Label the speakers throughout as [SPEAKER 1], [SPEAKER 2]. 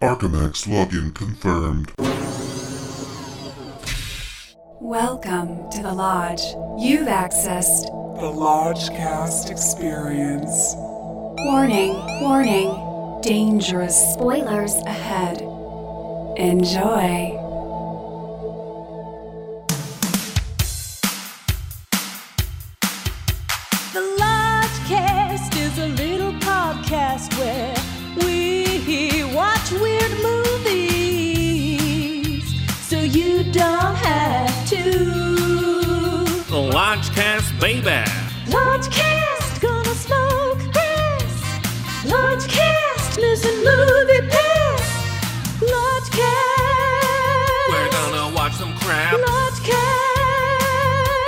[SPEAKER 1] Arcanax login confirmed.
[SPEAKER 2] Welcome to the Lodge. You've accessed.
[SPEAKER 3] The Lodgecast Experience.
[SPEAKER 2] Warning, warning. Dangerous spoilers ahead. Enjoy.
[SPEAKER 4] The Lodgecast is a little podcast where we watch weird movies so you don't have to.
[SPEAKER 5] The Lodgecast Baby.
[SPEAKER 4] Lodgecast gonna smoke this. Lodgecast listen movie pass.
[SPEAKER 5] We're
[SPEAKER 4] Lodgecast.
[SPEAKER 5] gonna watch some crap.
[SPEAKER 4] Lodgecast.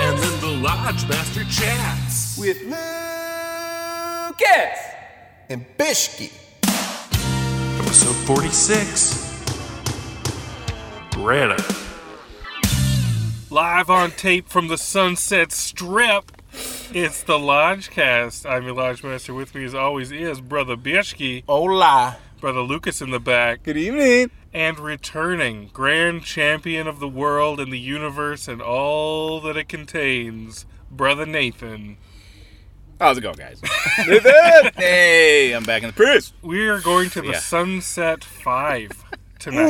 [SPEAKER 5] And then the Lodge Master chats.
[SPEAKER 6] with Lucas and Bishki.
[SPEAKER 5] Episode 46. Greta.
[SPEAKER 7] Live on tape from the Sunset Strip. It's the Lodgecast. I'm your Lodge Master. With me, as always, is Brother Bieschke,
[SPEAKER 6] Hola.
[SPEAKER 7] Brother Lucas in the back,
[SPEAKER 6] Good evening.
[SPEAKER 7] and returning Grand Champion of the world and the universe and all that it contains, Brother Nathan.
[SPEAKER 8] How's it going, guys? hey, I'm back in the Prius.
[SPEAKER 7] We are going to the
[SPEAKER 8] Yeah.
[SPEAKER 7] Sunset Five tonight.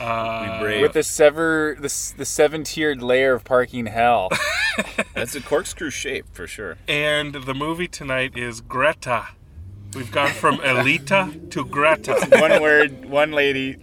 [SPEAKER 8] We brave.
[SPEAKER 9] Uh, with the sever the, s- the seven tiered layer of parking hell.
[SPEAKER 8] That's a corkscrew shape for sure.
[SPEAKER 7] And the movie tonight is Greta. We've gone from Elita to Greta.
[SPEAKER 8] One word, one lady.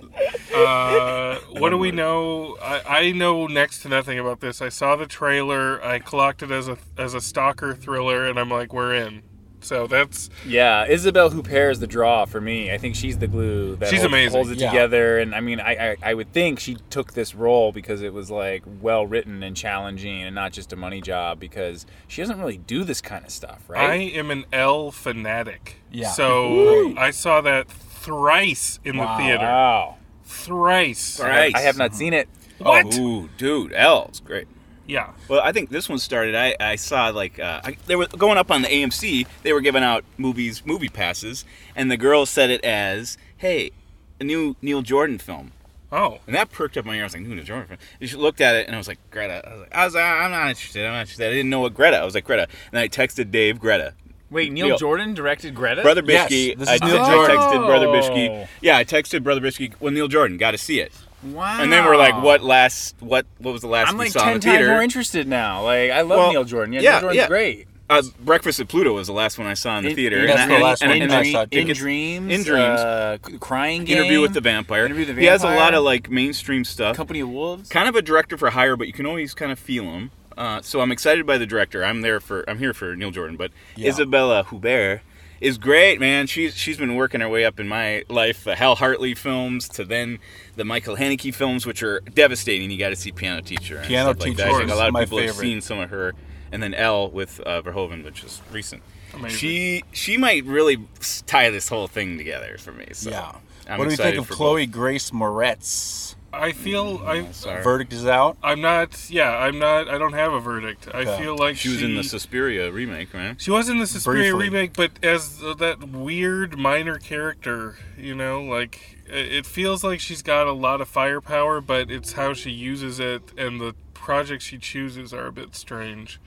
[SPEAKER 7] Uh, what do we know? I, I know next to nothing about this. I saw the trailer. I clocked it as a as a stalker thriller, and I'm like, we're in. So that's
[SPEAKER 9] yeah, Isabel Huppert is the draw for me. I think she's the glue that
[SPEAKER 7] She's
[SPEAKER 9] holds,
[SPEAKER 7] amazing.
[SPEAKER 9] holds it
[SPEAKER 6] Yeah.
[SPEAKER 9] together. And I mean, I, I I would think she took this role because it was like well written and challenging, and not just a money job. Because she doesn't really do this kind of stuff,
[SPEAKER 7] I
[SPEAKER 9] right?
[SPEAKER 7] am an L fanatic.
[SPEAKER 6] Yeah.
[SPEAKER 7] So I saw that thrice in
[SPEAKER 6] Wow.
[SPEAKER 7] the theater.
[SPEAKER 9] wow,
[SPEAKER 7] Thrice.
[SPEAKER 8] Right.
[SPEAKER 9] I have not seen it.
[SPEAKER 7] What?
[SPEAKER 8] Oh, Ooh, dude, L's Oh, great.
[SPEAKER 7] Yeah.
[SPEAKER 8] Well, I think this one started. I, I saw like uh, I, they were going up on the AMC. They were giving out movies, movie passes, and the girl said it as, "Hey, a new Neil Jordan film."
[SPEAKER 7] Oh.
[SPEAKER 8] And that perked up my ear. I was like, "New Neil Jordan film." And she looked at it, and I was like, "Greta." I was like, I was, "I'm not interested. I'm not interested." I didn't know what Greta. I was like, "Greta," and I texted Dave, "Greta."
[SPEAKER 9] Wait,
[SPEAKER 8] Neil Neil-
[SPEAKER 9] Jordan directed Greta.
[SPEAKER 8] Brother
[SPEAKER 6] Yes,
[SPEAKER 8] Bishke.
[SPEAKER 6] this
[SPEAKER 8] I,
[SPEAKER 6] is Neil
[SPEAKER 8] I
[SPEAKER 6] Jordan.
[SPEAKER 8] texted Brother Bishke.
[SPEAKER 9] Oh.
[SPEAKER 8] Yeah, I texted Brother Bishke. Well, Neil Jordan, got to see it.
[SPEAKER 9] Wow.
[SPEAKER 8] And then we're like, what last? What what was the last
[SPEAKER 9] I'm
[SPEAKER 8] we
[SPEAKER 9] like
[SPEAKER 8] saw in
[SPEAKER 9] ten
[SPEAKER 8] the
[SPEAKER 9] times
[SPEAKER 8] theater?
[SPEAKER 9] more interested now. Like I love
[SPEAKER 8] Well,
[SPEAKER 9] Neil Jordan. Yeah,
[SPEAKER 8] yeah,
[SPEAKER 9] Neil Jordan's
[SPEAKER 8] yeah.
[SPEAKER 9] great.
[SPEAKER 8] uh, Breakfast at Pluto was the last one I saw in the
[SPEAKER 9] In-
[SPEAKER 8] theater.
[SPEAKER 9] in-
[SPEAKER 8] and
[SPEAKER 6] That's
[SPEAKER 8] I-
[SPEAKER 6] the last
[SPEAKER 8] and-
[SPEAKER 6] one
[SPEAKER 8] and-
[SPEAKER 6] I
[SPEAKER 8] and-
[SPEAKER 6] saw,
[SPEAKER 8] and-
[SPEAKER 6] too.
[SPEAKER 9] In dreams,
[SPEAKER 8] In Dreams.
[SPEAKER 9] uh, C- crying game,
[SPEAKER 8] Interview with the Vampire.
[SPEAKER 9] Interview with the
[SPEAKER 8] He has a lot
[SPEAKER 9] Vampire.
[SPEAKER 8] of like mainstream stuff.
[SPEAKER 9] Company of Wolves.
[SPEAKER 8] Kind of a director for hire, but you can always kind of feel him. Uh, so I'm excited by the director. I'm there for. I'm here for Neil Jordan, but
[SPEAKER 6] Yeah.
[SPEAKER 8] Isabella Hubert is great, man. She's she's been working her way up in my life. The Hal Hartley films to then the Michael Haneke films, which are devastating. You got to see Piano Teacher. And
[SPEAKER 6] Piano
[SPEAKER 8] stuff like
[SPEAKER 6] Teacher
[SPEAKER 8] that. I think
[SPEAKER 6] is
[SPEAKER 8] a lot of
[SPEAKER 6] my
[SPEAKER 8] people have
[SPEAKER 6] favorite.
[SPEAKER 8] seen some of her, and then L with uh, Verhoeven, which is recent.
[SPEAKER 7] Amazing.
[SPEAKER 8] She she might really s- tie this whole thing together for me. So
[SPEAKER 6] yeah.
[SPEAKER 8] I'm
[SPEAKER 6] what do we
[SPEAKER 8] excited
[SPEAKER 6] think of
[SPEAKER 8] for
[SPEAKER 6] Chloe Grace Moretz?
[SPEAKER 7] I feel I.
[SPEAKER 8] both. Sorry.
[SPEAKER 6] Verdict is out.
[SPEAKER 7] I'm not. Yeah. I'm not. I don't have a verdict. I
[SPEAKER 6] Okay.
[SPEAKER 7] feel like
[SPEAKER 8] she was in the Suspiria remake, right?
[SPEAKER 7] She was in the Suspiria
[SPEAKER 6] Briefly.
[SPEAKER 7] remake, but as that weird minor character, you know, like it it feels like she's got a lot of firepower, but it's how she uses it and the projects she chooses are a bit strange.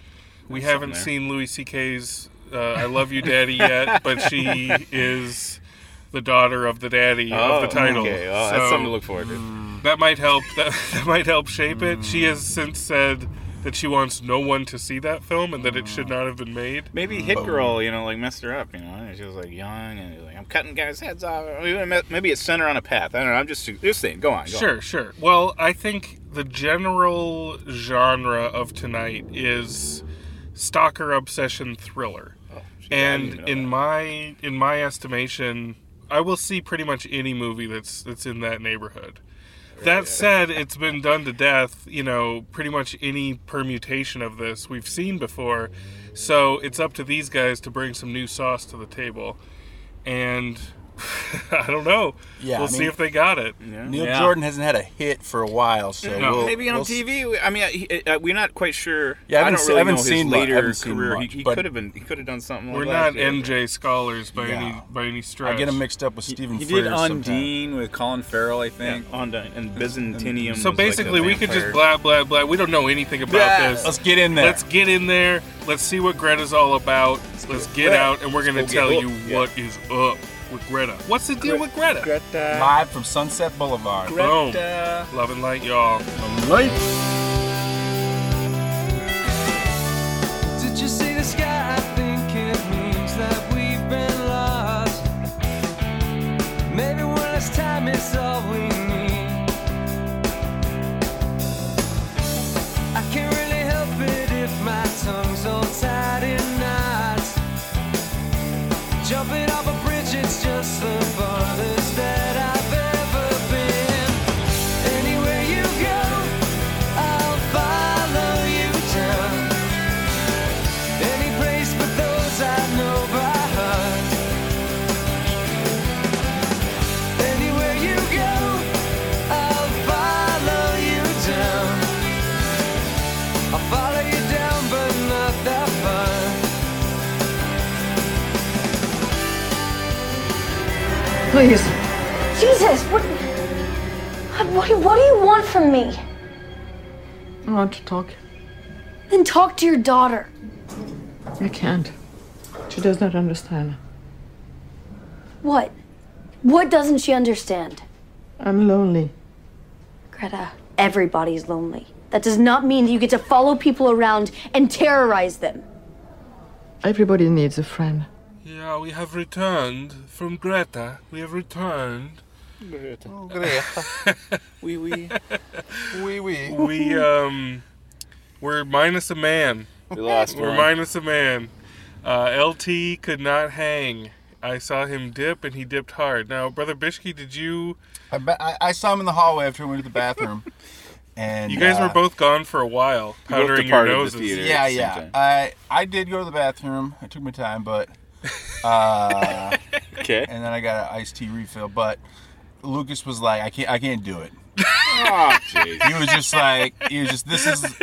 [SPEAKER 7] We haven't
[SPEAKER 8] there.
[SPEAKER 7] seen Louis C.K.'s uh, "I Love You, Daddy" yet, but she is the daughter of the daddy of the title.
[SPEAKER 8] Okay. Oh, that's
[SPEAKER 7] So-
[SPEAKER 8] something to look forward to.
[SPEAKER 7] that might help that, that might help shape it she has since said that she wants no one to see that film and that it should not have been made
[SPEAKER 8] Maybe Hit Girl, you know, like messed her up, you know, and she was like young and like I'm cutting guys' heads off. Maybe it sent her on a path. I don't know. I'm just just saying. Go on. Go
[SPEAKER 7] sure sure well i think the general genre of tonight is stalker obsession thriller
[SPEAKER 6] Oh,
[SPEAKER 7] and in my in my estimation i will see pretty much any movie that's that's in that neighborhood that said it's been done to death you know pretty much any permutation of this we've seen before so it's up to these guys to bring some new sauce to the table and I don't know.
[SPEAKER 6] Yeah,
[SPEAKER 7] we'll
[SPEAKER 6] I
[SPEAKER 7] see
[SPEAKER 6] mean-
[SPEAKER 7] if they got it.
[SPEAKER 6] Neil
[SPEAKER 9] Yeah.
[SPEAKER 6] Jordan hasn't had a hit for a while, so
[SPEAKER 7] No.
[SPEAKER 6] we'll,
[SPEAKER 8] Maybe on
[SPEAKER 6] we'll s-
[SPEAKER 8] TV. we- I mean, he- uh, we're not quite sure.
[SPEAKER 6] Yeah, I haven't
[SPEAKER 8] don't
[SPEAKER 6] se-
[SPEAKER 8] really
[SPEAKER 6] I haven't
[SPEAKER 8] know his
[SPEAKER 6] seen mu- I
[SPEAKER 8] later
[SPEAKER 6] haven't seen
[SPEAKER 8] career.
[SPEAKER 6] much,
[SPEAKER 8] he he
[SPEAKER 6] but-
[SPEAKER 8] could have been. He could have done something.
[SPEAKER 7] We're
[SPEAKER 8] like
[SPEAKER 7] not
[SPEAKER 8] last year.
[SPEAKER 7] MJ scholars by any
[SPEAKER 6] No.
[SPEAKER 7] by any stretch.
[SPEAKER 6] I get him mixed up with Stephen.
[SPEAKER 9] He did
[SPEAKER 6] Frears sometimes.
[SPEAKER 9] Undine with Colin Farrell, I
[SPEAKER 8] Yeah,
[SPEAKER 9] think.
[SPEAKER 8] on the- and uh, Byzantinium.
[SPEAKER 7] So
[SPEAKER 8] was like a
[SPEAKER 7] basically, we could just
[SPEAKER 8] vampire.
[SPEAKER 7] blah blah blah. We don't know anything about
[SPEAKER 6] Yeah,
[SPEAKER 7] this.
[SPEAKER 6] let's get in there.
[SPEAKER 7] Let's get in there. Let's see what Greta's all about. Let's, get
[SPEAKER 8] Greta.
[SPEAKER 7] out, and we're gonna
[SPEAKER 8] Let's go
[SPEAKER 7] tell
[SPEAKER 8] get
[SPEAKER 7] you
[SPEAKER 8] hooked.
[SPEAKER 7] what is up with Greta. What's the deal with Greta?
[SPEAKER 8] Greta.
[SPEAKER 6] Live from Sunset Boulevard.
[SPEAKER 7] Boom.
[SPEAKER 8] Greta.
[SPEAKER 7] Love and light, y'all.
[SPEAKER 10] Did you see the sky? I think it means that we've been lost. Maybe one last time is all we need. I can't really help it if my tongue's all tied in knots. Jumping off a bridge, it's just the farthest that I've ever been. Anywhere you go, I'll follow you down. Any place but those I know by heart. Anywhere you go, I'll follow you down. I'll follow you down, but not that far.
[SPEAKER 4] Please.
[SPEAKER 11] Jesus, what, what, what do you want from me?
[SPEAKER 4] I want to talk.
[SPEAKER 11] Then talk to your daughter.
[SPEAKER 4] I can't. She does not understand.
[SPEAKER 11] What? What doesn't she understand?
[SPEAKER 4] I'm lonely.
[SPEAKER 11] Greta, everybody's lonely. That does not mean that you get to follow people around and terrorize them.
[SPEAKER 4] Everybody needs a friend.
[SPEAKER 7] Yeah, we have returned from Greta. We have returned.
[SPEAKER 8] Wee wee.
[SPEAKER 6] Wee wee.
[SPEAKER 7] We um, we're minus a man.
[SPEAKER 8] We lost
[SPEAKER 7] We're
[SPEAKER 8] one.
[SPEAKER 7] minus a man. Uh, LT could not hang. I saw him dip, and he dipped hard. Now, brother Bishke, did you?
[SPEAKER 6] I, bet- I, I saw him in the hallway after I went to the bathroom. And
[SPEAKER 7] You guys
[SPEAKER 6] uh,
[SPEAKER 7] were both gone for a while, powdering your
[SPEAKER 8] departed the
[SPEAKER 7] noses.
[SPEAKER 8] theater.
[SPEAKER 6] Yeah,
[SPEAKER 8] at the same
[SPEAKER 6] yeah.
[SPEAKER 8] time.
[SPEAKER 6] I I did go to the bathroom. I took my time, but uh,
[SPEAKER 8] Okay.
[SPEAKER 6] and then I got an iced tea refill. But Lucas was like, I can't I can't do it.
[SPEAKER 8] Oh, jeez.
[SPEAKER 6] He was just like, he was just this is.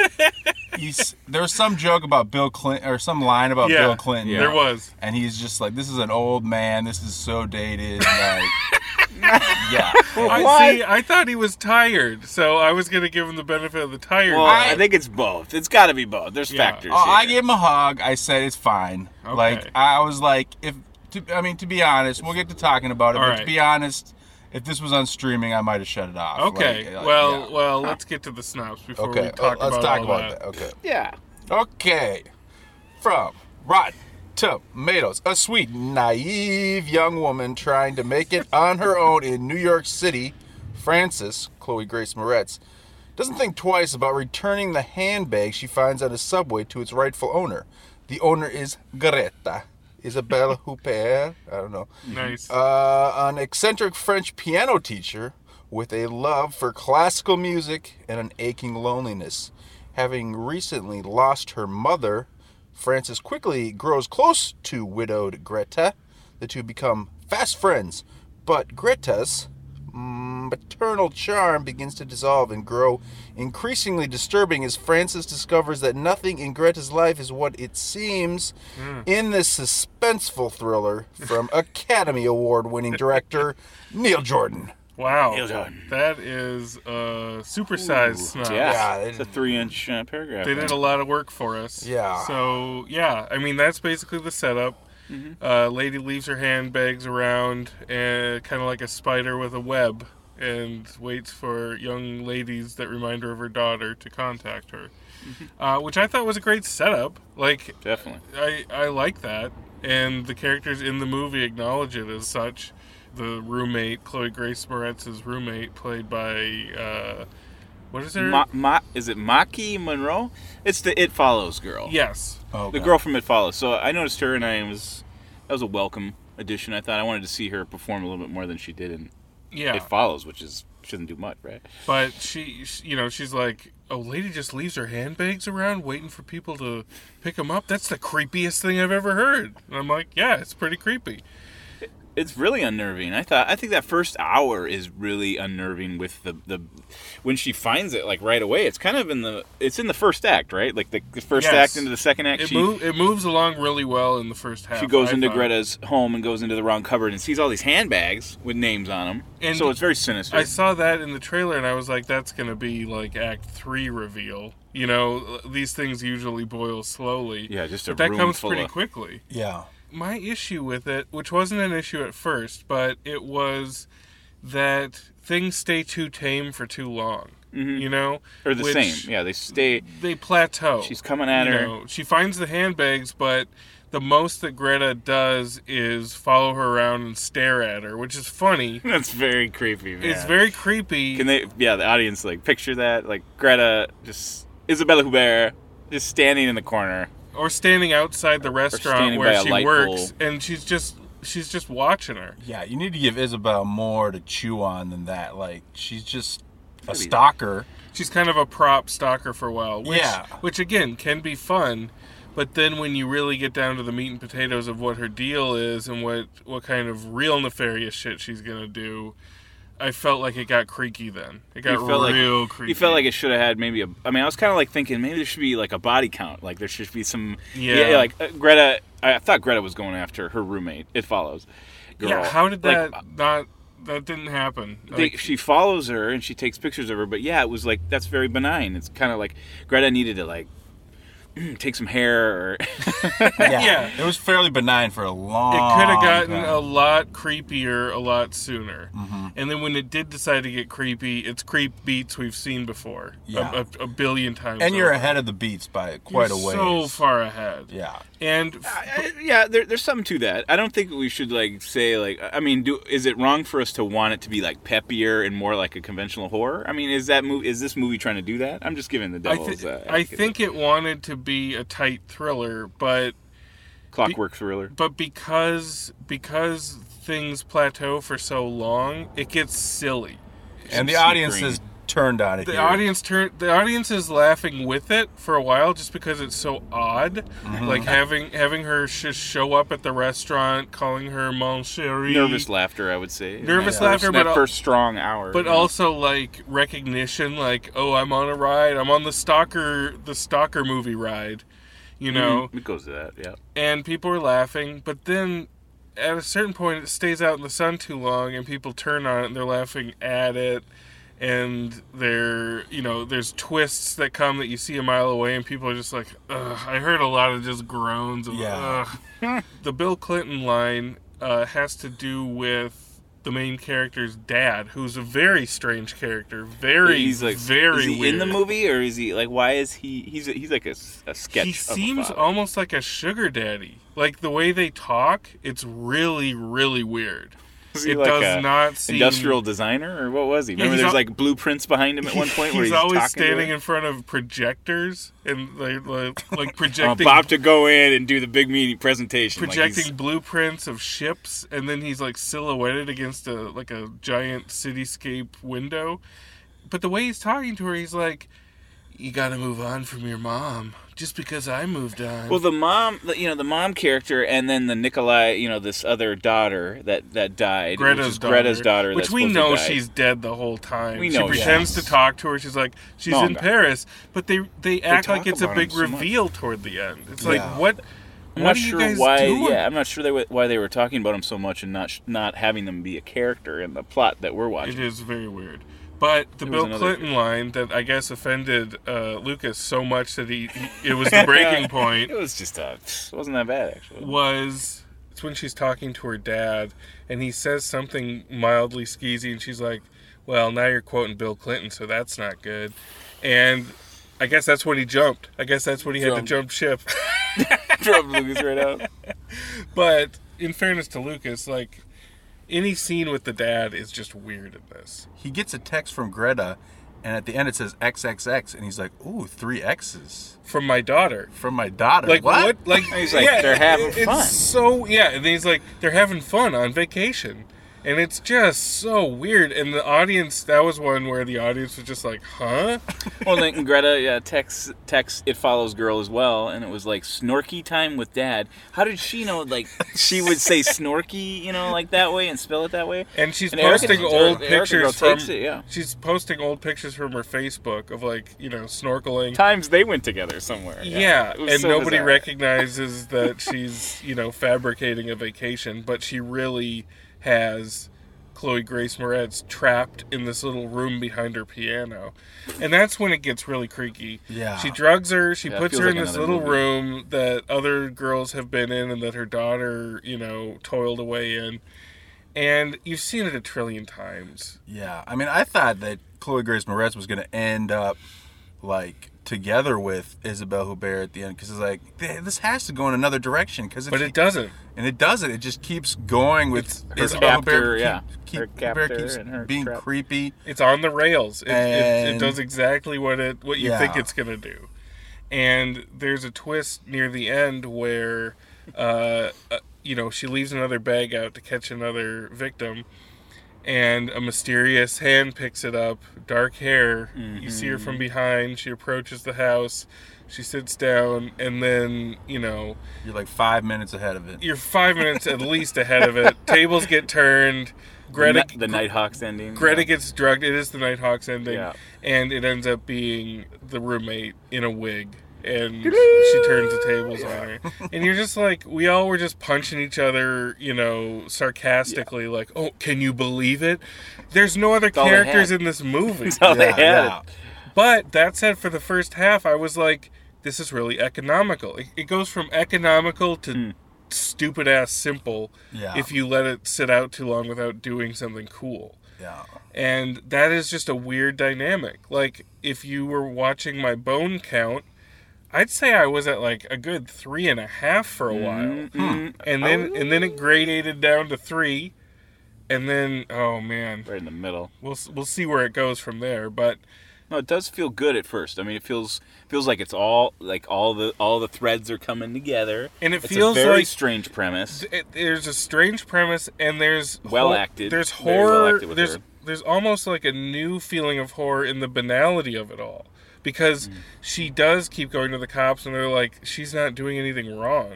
[SPEAKER 6] He's, there was some joke about Bill Clinton or some line about
[SPEAKER 7] Yeah,
[SPEAKER 6] Bill Clinton.
[SPEAKER 7] there was.
[SPEAKER 6] and he's just like, this is an old man. This is so dated. Like, yeah.
[SPEAKER 7] I see. I thought he was tired, so I was gonna give him the benefit of the tired.
[SPEAKER 8] Well, I,
[SPEAKER 7] part.
[SPEAKER 8] think it's both. It's got to be both. There's
[SPEAKER 7] Yeah.
[SPEAKER 8] factors.
[SPEAKER 6] Oh, I
[SPEAKER 8] here.
[SPEAKER 6] gave him a hug. I said it's fine.
[SPEAKER 7] Okay.
[SPEAKER 6] Like I was like, if to, I mean to be honest, we'll get to talking about it.
[SPEAKER 7] All
[SPEAKER 6] but
[SPEAKER 7] right.
[SPEAKER 6] to be honest, if this was on streaming, I might have shut it off.
[SPEAKER 7] okay.
[SPEAKER 6] Like, uh, like,
[SPEAKER 7] well,
[SPEAKER 6] yeah.
[SPEAKER 7] well, let's get to the snobs before
[SPEAKER 6] okay. uh,
[SPEAKER 7] we talk
[SPEAKER 6] let's
[SPEAKER 7] about
[SPEAKER 6] talk
[SPEAKER 7] all
[SPEAKER 6] about
[SPEAKER 7] that.
[SPEAKER 6] that. Okay.
[SPEAKER 8] Yeah.
[SPEAKER 6] Okay. From Rotten Tomatoes, a sweet, naive young woman trying to make it on her own in New York City, Frances, Chloe Grace Moretz, doesn't think twice about returning the handbag she finds on a subway to its rightful owner. The owner is Greta Isabelle Huppert, I don't know,
[SPEAKER 7] Nice.
[SPEAKER 6] uh, an eccentric French piano teacher with a love for classical music and an aching loneliness. Having recently lost her mother, Frances quickly grows close to widowed Greta. The two become fast friends, but Greta's Mm, maternal charm begins to dissolve and grow increasingly disturbing as Frances discovers that nothing in Greta's life is what it seems in this suspenseful thriller from Academy Award winning director Neil Jordan.
[SPEAKER 7] wow.
[SPEAKER 8] Neil Jordan.
[SPEAKER 7] That is a supersized snob.
[SPEAKER 8] Yeah.
[SPEAKER 6] they
[SPEAKER 8] It's a
[SPEAKER 6] didn't-
[SPEAKER 8] three-inch uh, paragraph.
[SPEAKER 7] They did a lot of work for us.
[SPEAKER 6] Yeah.
[SPEAKER 7] So yeah, I mean that's basically the setup. Uh, lady leaves her handbags around, uh, kind of like a spider with a web, and waits for young ladies that remind her of her daughter to contact her, uh, which I thought was a great setup. Like
[SPEAKER 8] Definitely.
[SPEAKER 7] I I like that, and the characters in the movie acknowledge it as such. The roommate, Chloe Grace Moretz's roommate, played by uh, what is her?
[SPEAKER 8] Ma- Ma- is it Maki Monroe? It's the It Follows girl.
[SPEAKER 7] yes.
[SPEAKER 8] The girl from It Follows. So I noticed her, and I was that was a welcome addition. I thought I wanted to see her perform a little bit more than she did in
[SPEAKER 7] Yeah.
[SPEAKER 8] It Follows, which is shouldn't do much, right?
[SPEAKER 7] But she, she- you know, she's like, a lady just leaves her handbags around waiting for people to pick them up. That's the creepiest thing I've ever heard. And I'm like, yeah, it's pretty creepy.
[SPEAKER 8] it's really unnerving. I thought I think that first hour is really unnerving with the the when she finds it like right away. It's kind of in the it's in the first act, right? Like the, the first
[SPEAKER 7] Yes.
[SPEAKER 8] act into the second act.
[SPEAKER 7] It,
[SPEAKER 8] she
[SPEAKER 7] move, it moves along really well in the first half.
[SPEAKER 8] she goes
[SPEAKER 7] I
[SPEAKER 8] into
[SPEAKER 7] thought.
[SPEAKER 8] Greta's home and goes into the wrong cupboard and sees all these handbags with names on them.
[SPEAKER 7] And
[SPEAKER 8] so it's very sinister.
[SPEAKER 7] I saw that in the trailer and I was like, that's going to be like Act 3 reveal. You know, these things usually boil slowly.
[SPEAKER 8] Yeah, just a
[SPEAKER 7] But that
[SPEAKER 8] room
[SPEAKER 7] comes
[SPEAKER 8] full
[SPEAKER 7] pretty
[SPEAKER 8] of-
[SPEAKER 7] quickly.
[SPEAKER 6] Yeah.
[SPEAKER 7] my issue with it, which wasn't an issue at first, but it was that things stay too tame for too long. You know,
[SPEAKER 8] Mm-hmm. or the
[SPEAKER 7] Which
[SPEAKER 8] same. Yeah, they stay.
[SPEAKER 7] They plateau.
[SPEAKER 8] She's coming at
[SPEAKER 7] You
[SPEAKER 8] her.
[SPEAKER 7] know, she finds the handbags, but the most that Greta does is follow her around and stare at her, which is funny.
[SPEAKER 8] That's very creepy, man.
[SPEAKER 7] It's very creepy.
[SPEAKER 8] Can they? Yeah, the audience like picture that, like Greta, just Isabella Hubert, just standing in the corner.
[SPEAKER 7] or standing outside the restaurant
[SPEAKER 8] standing by
[SPEAKER 7] where
[SPEAKER 8] a
[SPEAKER 7] she
[SPEAKER 8] light
[SPEAKER 7] works,
[SPEAKER 8] pole.
[SPEAKER 7] and she's just she's just watching her.
[SPEAKER 6] Yeah, you need to give Isabel more to chew on than that. Like, she's just a
[SPEAKER 8] be-
[SPEAKER 6] stalker.
[SPEAKER 7] she's kind of a prop stalker for a while. Which,
[SPEAKER 6] Yeah.
[SPEAKER 7] Which again can be fun, but then when you really get down to the meat and potatoes of what her deal is and what what kind of real nefarious shit she's gonna do, I felt like it got creaky. Then it got real
[SPEAKER 8] like
[SPEAKER 7] creaky.
[SPEAKER 8] you felt like it should have had maybe a. I mean, I was kind of like thinking maybe there should be like a body count. Like there should be some.
[SPEAKER 7] Yeah.
[SPEAKER 8] like uh, Greta. I I thought Greta was going after her roommate. It follows. Girl.
[SPEAKER 7] yeah. How did
[SPEAKER 8] Like,
[SPEAKER 7] that not? That didn't happen.
[SPEAKER 8] they,
[SPEAKER 7] Like,
[SPEAKER 8] she follows her and she takes pictures of her but yeah it was like that's very benign it's kind of like greta needed to like take some hair or
[SPEAKER 7] Yeah.
[SPEAKER 6] It was fairly benign for a long
[SPEAKER 7] it could have gotten
[SPEAKER 6] time.
[SPEAKER 7] a lot creepier a lot sooner. And then when it did decide to get creepy, it's creep beats we've seen before a-
[SPEAKER 6] Yeah.
[SPEAKER 7] a, a billion times.
[SPEAKER 6] And you're
[SPEAKER 7] over.
[SPEAKER 6] ahead of the beats by quite
[SPEAKER 7] You're
[SPEAKER 6] a ways.
[SPEAKER 7] So far ahead.
[SPEAKER 6] Yeah.
[SPEAKER 7] And f-
[SPEAKER 8] I- yeah there, there's something to that i don't think we should like say like i mean do is it wrong for us to want it to be like peppier and more like a conventional horror i mean is that movie is this movie trying to do that i'm just giving the
[SPEAKER 7] I,
[SPEAKER 8] devil's
[SPEAKER 7] thi-
[SPEAKER 8] uh,
[SPEAKER 7] I think it wanted to be a tight thriller, but
[SPEAKER 8] clockwork thriller
[SPEAKER 7] but because because things plateau for so long, it gets silly.
[SPEAKER 6] And the
[SPEAKER 8] Some
[SPEAKER 6] audience
[SPEAKER 8] snickering.
[SPEAKER 6] has turned on it.
[SPEAKER 7] The
[SPEAKER 6] here.
[SPEAKER 7] audience turn the audience is laughing with it for a while just because it's so odd.
[SPEAKER 6] Mm-hmm.
[SPEAKER 7] Like having having her just show up at the restaurant, calling her mon chéri.
[SPEAKER 8] nervous laughter i would say
[SPEAKER 7] Nervous
[SPEAKER 8] That
[SPEAKER 7] laughter,
[SPEAKER 8] first, that
[SPEAKER 7] but al-
[SPEAKER 8] first strong hour
[SPEAKER 7] but
[SPEAKER 8] you know?
[SPEAKER 7] also like recognition like oh i'm on a ride i'm on the stalker the stalker movie ride you
[SPEAKER 8] Mm-hmm.
[SPEAKER 7] know
[SPEAKER 8] it goes to that yeah
[SPEAKER 7] and people are laughing but then at a certain point it stays out in the sun too long and people turn on it and they're laughing at it and there you know there's twists that come that you see a mile away and people are just like Ugh. i heard a lot of just groans of
[SPEAKER 6] Yeah.
[SPEAKER 7] Ugh. the bill clinton line uh, has to do with the main character's dad who's a very strange character very
[SPEAKER 8] he's like
[SPEAKER 7] very
[SPEAKER 8] is he
[SPEAKER 7] weird.
[SPEAKER 8] in the movie or is he like why is he he's he's like a, s- a sketch
[SPEAKER 7] he
[SPEAKER 8] of a
[SPEAKER 7] seems
[SPEAKER 8] father.
[SPEAKER 7] almost like a sugar daddy like the way they talk it's really really weird
[SPEAKER 8] Is he
[SPEAKER 7] it
[SPEAKER 8] like
[SPEAKER 7] does
[SPEAKER 8] a
[SPEAKER 7] not seem
[SPEAKER 8] industrial designer or what was he remember
[SPEAKER 7] he's
[SPEAKER 8] there's
[SPEAKER 7] al-
[SPEAKER 8] like blueprints behind him at one point where
[SPEAKER 7] he's
[SPEAKER 8] he's
[SPEAKER 7] always
[SPEAKER 8] talking to
[SPEAKER 7] standing
[SPEAKER 8] her?
[SPEAKER 7] in front of projectors and like like, like
[SPEAKER 8] Uh,
[SPEAKER 7] projecting
[SPEAKER 8] Bob to go in and do the big meeting presentation. like he's-
[SPEAKER 7] projecting blueprints of ships and then he's like silhouetted against a like a giant cityscape window but the way he's talking to her he's like you gotta move on from your mom just because i moved on
[SPEAKER 8] well, the mom, the- you know, the mom character, and then the Nikolai, you know, this other daughter that that died. which
[SPEAKER 7] Greta's
[SPEAKER 8] is
[SPEAKER 7] daughter,
[SPEAKER 8] Greta's daughter,
[SPEAKER 7] which
[SPEAKER 8] that's
[SPEAKER 7] we
[SPEAKER 8] supposed to
[SPEAKER 7] know
[SPEAKER 8] die.
[SPEAKER 7] she's dead the whole time.
[SPEAKER 8] We know
[SPEAKER 7] she pretends
[SPEAKER 8] she is.
[SPEAKER 7] to talk to her. She's like she's
[SPEAKER 8] No,
[SPEAKER 7] in
[SPEAKER 8] no.
[SPEAKER 7] Paris, but they they act like
[SPEAKER 8] talk
[SPEAKER 7] it's a
[SPEAKER 8] about
[SPEAKER 7] big
[SPEAKER 8] him so much.
[SPEAKER 7] reveal toward the end. It's
[SPEAKER 6] Yeah.
[SPEAKER 7] like what?
[SPEAKER 8] I'm
[SPEAKER 7] what
[SPEAKER 8] not
[SPEAKER 7] are
[SPEAKER 8] sure
[SPEAKER 7] you guys
[SPEAKER 8] why.
[SPEAKER 7] doing?
[SPEAKER 8] Yeah, I'm not sure they, were- why they were talking about him so much and not sh- not having them be a character in the plot that we're watching.
[SPEAKER 7] It is very weird. But the
[SPEAKER 8] It was
[SPEAKER 7] Bill
[SPEAKER 8] another-
[SPEAKER 7] Clinton line that I guess offended uh, Lucas so much that he, he it was the breaking point.
[SPEAKER 8] It was just uh, it wasn't that bad actually.
[SPEAKER 7] was it's when she's talking to her dad and he says something mildly skeezy and she's like well now you're quoting bill clinton so that's not good and i guess that's when he jumped i guess that's when he had to jump
[SPEAKER 8] Jumped.
[SPEAKER 7] ship
[SPEAKER 8] Drove Lucas right out.
[SPEAKER 7] but in fairness to lucas like any scene with the dad is just weird in this
[SPEAKER 6] He gets a text from Greta, and at the end it says XXX, and he's like, ooh, three X's
[SPEAKER 7] from my daughter
[SPEAKER 6] from my daughter.
[SPEAKER 7] like what, like
[SPEAKER 8] He's like, "They're having
[SPEAKER 7] it's
[SPEAKER 8] fun."
[SPEAKER 7] so yeah and he's like they're having fun on vacation And it's just so weird. And the audience, that was one where the audience was just like, huh?
[SPEAKER 8] well, then Greta yeah, texts text it follows girl as well, and it was like snorky time with dad. How did she know? Like she would say snorky, you know, like that way and spell it that way.
[SPEAKER 7] And she's
[SPEAKER 8] And Erica
[SPEAKER 7] posting
[SPEAKER 8] takes-
[SPEAKER 7] old
[SPEAKER 8] Erica girl
[SPEAKER 7] pictures
[SPEAKER 8] takes
[SPEAKER 7] from
[SPEAKER 8] it, yeah.
[SPEAKER 7] she's posting old pictures from her Facebook of like, you know, snorkeling.
[SPEAKER 8] Times they went together somewhere.
[SPEAKER 7] Yeah,
[SPEAKER 8] It was
[SPEAKER 7] and
[SPEAKER 8] so
[SPEAKER 7] nobody
[SPEAKER 8] bizarre.
[SPEAKER 7] recognizes that she's, you know, fabricating a vacation, but she really has Chloe Grace Moretz trapped in this little room behind her piano. And that's when it gets really creaky.
[SPEAKER 6] Yeah.
[SPEAKER 7] She drugs her, she
[SPEAKER 8] Yeah, it
[SPEAKER 7] puts
[SPEAKER 8] feels
[SPEAKER 7] her in
[SPEAKER 8] like
[SPEAKER 7] this
[SPEAKER 8] another
[SPEAKER 7] little
[SPEAKER 8] movie.
[SPEAKER 7] room that other girls have been in and that her daughter, you know, toiled away in. And you've seen it a trillion times.
[SPEAKER 6] Yeah, I mean, I thought that Chloe Grace Moretz was going to end up like together with Isabelle Huppert at the end because it's like th- this has to go in another direction because
[SPEAKER 7] But it doesn't.
[SPEAKER 6] and it doesn't. It just keeps going with
[SPEAKER 7] Her
[SPEAKER 6] Isabelle
[SPEAKER 8] captor,
[SPEAKER 6] Huppert.
[SPEAKER 8] yeah.
[SPEAKER 6] keep,
[SPEAKER 8] Her
[SPEAKER 6] Huppert
[SPEAKER 8] captor
[SPEAKER 6] keeps
[SPEAKER 8] and her
[SPEAKER 6] being
[SPEAKER 8] trap.
[SPEAKER 6] creepy.
[SPEAKER 7] It's on the rails. It, it, it
[SPEAKER 6] And-
[SPEAKER 7] does exactly what it what you
[SPEAKER 6] Yeah.
[SPEAKER 7] think it's gonna do. And there's a twist near the end where, uh, uh, you know, she leaves another bag out to catch another victim, and a mysterious hand picks it up. Dark hair. You see her from behind. She approaches the house. She sits down, and then you know
[SPEAKER 6] You're like five minutes ahead of it.
[SPEAKER 7] you're five minutes at least ahead of it. Tables get turned.
[SPEAKER 8] The,
[SPEAKER 7] Greta
[SPEAKER 8] Ni- the Nighthawks ending.
[SPEAKER 7] Greta gets drugged. It is the Nighthawks ending,
[SPEAKER 8] Yeah.
[SPEAKER 7] and it ends up being the roommate in a wig, and she turns the tables on her. And you're just like, we all were just punching each other, you know, sarcastically, like, "Oh, can you believe it?" There's no other
[SPEAKER 8] all they
[SPEAKER 7] characters
[SPEAKER 8] had.
[SPEAKER 7] in this movie,
[SPEAKER 8] Oh, they
[SPEAKER 6] Yeah,
[SPEAKER 8] had
[SPEAKER 6] yeah.
[SPEAKER 8] it.
[SPEAKER 7] but that said, for the first half, I was like, "This is really economical." It, it goes from economical to
[SPEAKER 8] Hmm.
[SPEAKER 7] stupid ass simple
[SPEAKER 6] Yeah.
[SPEAKER 7] if you let it sit out too long without doing something cool
[SPEAKER 6] Yeah.
[SPEAKER 7] and that is just a weird dynamic. Like if you were watching my bone count, I'd say I was at like a good three and a half for a while,
[SPEAKER 8] Hmm.
[SPEAKER 7] and then and then it gradated down to three, and then oh man,
[SPEAKER 8] Right in the middle.
[SPEAKER 7] we'll we'll see where it goes from there. But
[SPEAKER 8] No, it does feel good at first. I mean, it feels feels like it's all like all the all the threads are coming together.
[SPEAKER 7] And it
[SPEAKER 8] It's
[SPEAKER 7] feels
[SPEAKER 8] a very
[SPEAKER 7] like-
[SPEAKER 8] strange premise.
[SPEAKER 7] it, there's a strange premise, and there's
[SPEAKER 8] Well acted.
[SPEAKER 7] There's
[SPEAKER 8] Very well
[SPEAKER 7] horror.
[SPEAKER 8] acted with
[SPEAKER 7] there's
[SPEAKER 8] her.
[SPEAKER 7] there's almost like a new feeling of horror in the banality of it all because
[SPEAKER 8] Mm.
[SPEAKER 7] she does keep going to the cops and they're like she's not doing anything wrong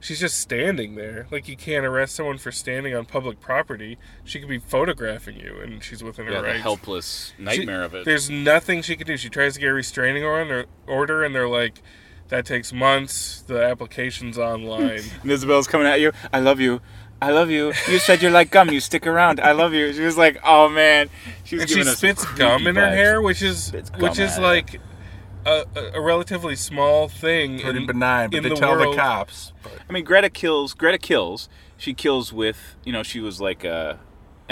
[SPEAKER 7] she's just standing there like you can't arrest someone for standing on public property she could be photographing you and she's within her
[SPEAKER 8] Yeah, the
[SPEAKER 7] rights
[SPEAKER 8] helpless
[SPEAKER 7] She-
[SPEAKER 8] nightmare of it.
[SPEAKER 7] there's nothing she can do she tries to get a restraining order, order and they're like that takes months the application's online
[SPEAKER 8] And Isabel's coming at you. I love you. I love you. You said you're like gum. You stick around. I love you. She was like, oh man. She was
[SPEAKER 7] and she
[SPEAKER 8] giving us
[SPEAKER 7] spits
[SPEAKER 8] creepy
[SPEAKER 7] gum in her
[SPEAKER 8] vibes.
[SPEAKER 7] hair, which is
[SPEAKER 8] Spits gum
[SPEAKER 7] which is
[SPEAKER 8] at her.
[SPEAKER 7] like a, a, a relatively small thing.
[SPEAKER 6] Pretty
[SPEAKER 7] in,
[SPEAKER 6] benign, but
[SPEAKER 7] in
[SPEAKER 6] they
[SPEAKER 7] the
[SPEAKER 6] tell
[SPEAKER 7] world.
[SPEAKER 6] the cops.
[SPEAKER 8] I mean, Greta kills. Greta kills. She kills with. You know, she was like a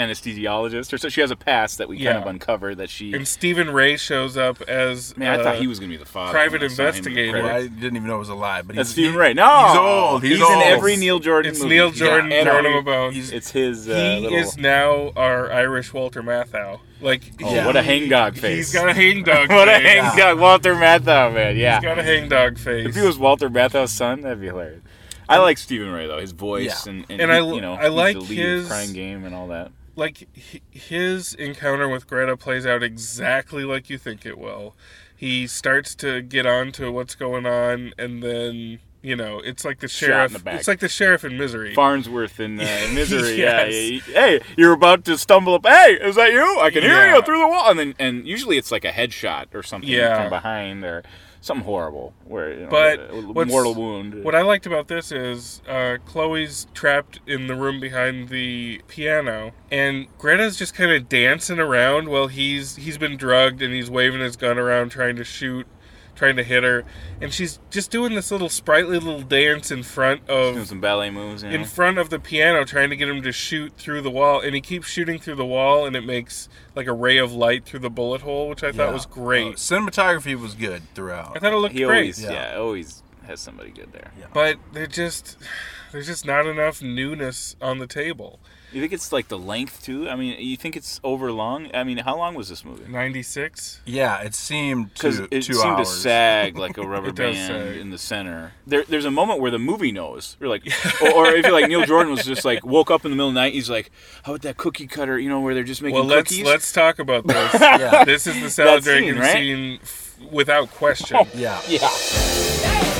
[SPEAKER 8] anesthesiologist or so. She has a past that we
[SPEAKER 7] Yeah.
[SPEAKER 8] kind of uncovered that she.
[SPEAKER 7] And Stephen Ray shows up as
[SPEAKER 8] man, I thought
[SPEAKER 7] uh,
[SPEAKER 8] he was gonna be the father.
[SPEAKER 7] private
[SPEAKER 8] when I saw him in the
[SPEAKER 7] investigator.
[SPEAKER 8] credits.
[SPEAKER 6] I didn't even know it was alive, but
[SPEAKER 8] That's
[SPEAKER 6] he's
[SPEAKER 8] Stephen
[SPEAKER 6] he-
[SPEAKER 8] Ray. No,
[SPEAKER 6] he's old. He's,
[SPEAKER 8] in
[SPEAKER 6] old.
[SPEAKER 8] every Neil Jordan
[SPEAKER 7] It's
[SPEAKER 8] movie.
[SPEAKER 7] Neil Jordan,
[SPEAKER 8] and
[SPEAKER 7] Geronimo
[SPEAKER 8] all-
[SPEAKER 7] Boone.
[SPEAKER 6] he's-
[SPEAKER 8] It's his. Uh,
[SPEAKER 7] he
[SPEAKER 8] little,
[SPEAKER 7] is now our Irish Walter Matthau. Like,
[SPEAKER 8] Oh,
[SPEAKER 7] he-
[SPEAKER 8] what a hang dog face.
[SPEAKER 7] He's got a hang dog.
[SPEAKER 8] what a
[SPEAKER 7] face.
[SPEAKER 8] hang dog, Walter Matthau, man. Yeah.
[SPEAKER 7] He's got a hang dog face.
[SPEAKER 8] If he was Walter Matthau's son, that'd be hilarious. I like Stephen Ray though, his voice
[SPEAKER 6] Yeah.
[SPEAKER 8] and, and,
[SPEAKER 7] And
[SPEAKER 8] he-
[SPEAKER 7] I-
[SPEAKER 8] you know
[SPEAKER 7] I
[SPEAKER 8] he's the
[SPEAKER 7] like
[SPEAKER 8] lead of
[SPEAKER 7] his-
[SPEAKER 8] Crying Game and all that.
[SPEAKER 7] like h- his encounter with Greta plays out exactly like you think it will. He starts to get on to what's going on, and then you know it's like the
[SPEAKER 8] Shot in
[SPEAKER 7] sheriff.
[SPEAKER 8] the back.
[SPEAKER 7] it's like the sheriff in misery.
[SPEAKER 8] Farnsworth and uh, Misery. yeah,
[SPEAKER 7] Yes.
[SPEAKER 8] yeah, yeah. Hey, you're about to stumble up. Hey, is that you? I can hear
[SPEAKER 7] Yeah.
[SPEAKER 8] you through the wall. And then and usually it's like a headshot or something
[SPEAKER 7] Yeah.
[SPEAKER 8] from behind or something horrible where you know,
[SPEAKER 7] But
[SPEAKER 8] a
[SPEAKER 7] what's-
[SPEAKER 8] mortal wound.
[SPEAKER 7] What I liked about this is uh, Chloe's trapped in the room behind the piano, and Greta's just kind of dancing around while he's he's been drugged and he's waving his gun around trying to shoot, trying to hit her, and she's just doing this little sprightly little dance in front
[SPEAKER 8] Doing
[SPEAKER 7] of
[SPEAKER 8] some ballet moves. You know?
[SPEAKER 7] in front of the piano, trying to get him to shoot through the wall, and he keeps shooting through the wall, and it makes like a ray of light through the bullet hole, which I thought
[SPEAKER 6] Yeah.
[SPEAKER 7] was
[SPEAKER 6] Uh,
[SPEAKER 7] great.
[SPEAKER 6] cinematography was good
[SPEAKER 7] I
[SPEAKER 6] throughout.
[SPEAKER 7] thought it looked
[SPEAKER 8] Oh, he
[SPEAKER 7] great.
[SPEAKER 8] always,
[SPEAKER 6] Yeah.
[SPEAKER 8] yeah. always has somebody good there.
[SPEAKER 7] But they're just there's just not enough newness on the table.
[SPEAKER 8] You think it's like the length too? I mean, you think it's over long? I mean, how long was this movie?
[SPEAKER 7] 96?
[SPEAKER 6] Yeah, it seemed
[SPEAKER 8] Because
[SPEAKER 6] two,
[SPEAKER 8] it
[SPEAKER 6] two
[SPEAKER 8] seemed
[SPEAKER 6] hours.
[SPEAKER 8] to sag like a rubber
[SPEAKER 7] It does
[SPEAKER 8] band
[SPEAKER 7] sag.
[SPEAKER 8] in the center. There, there's a moment where the movie knows. You're like, or, or if you're like Neil Jordan was just like woke up in the middle of the night. He's like, how about that cookie cutter? You know, where they're just making
[SPEAKER 7] Well, let's
[SPEAKER 8] cookies.
[SPEAKER 7] let's talk about this. This is the salad
[SPEAKER 8] That scene,
[SPEAKER 7] dragon
[SPEAKER 8] right?
[SPEAKER 7] scene f- without question.
[SPEAKER 6] yeah.
[SPEAKER 8] yeah.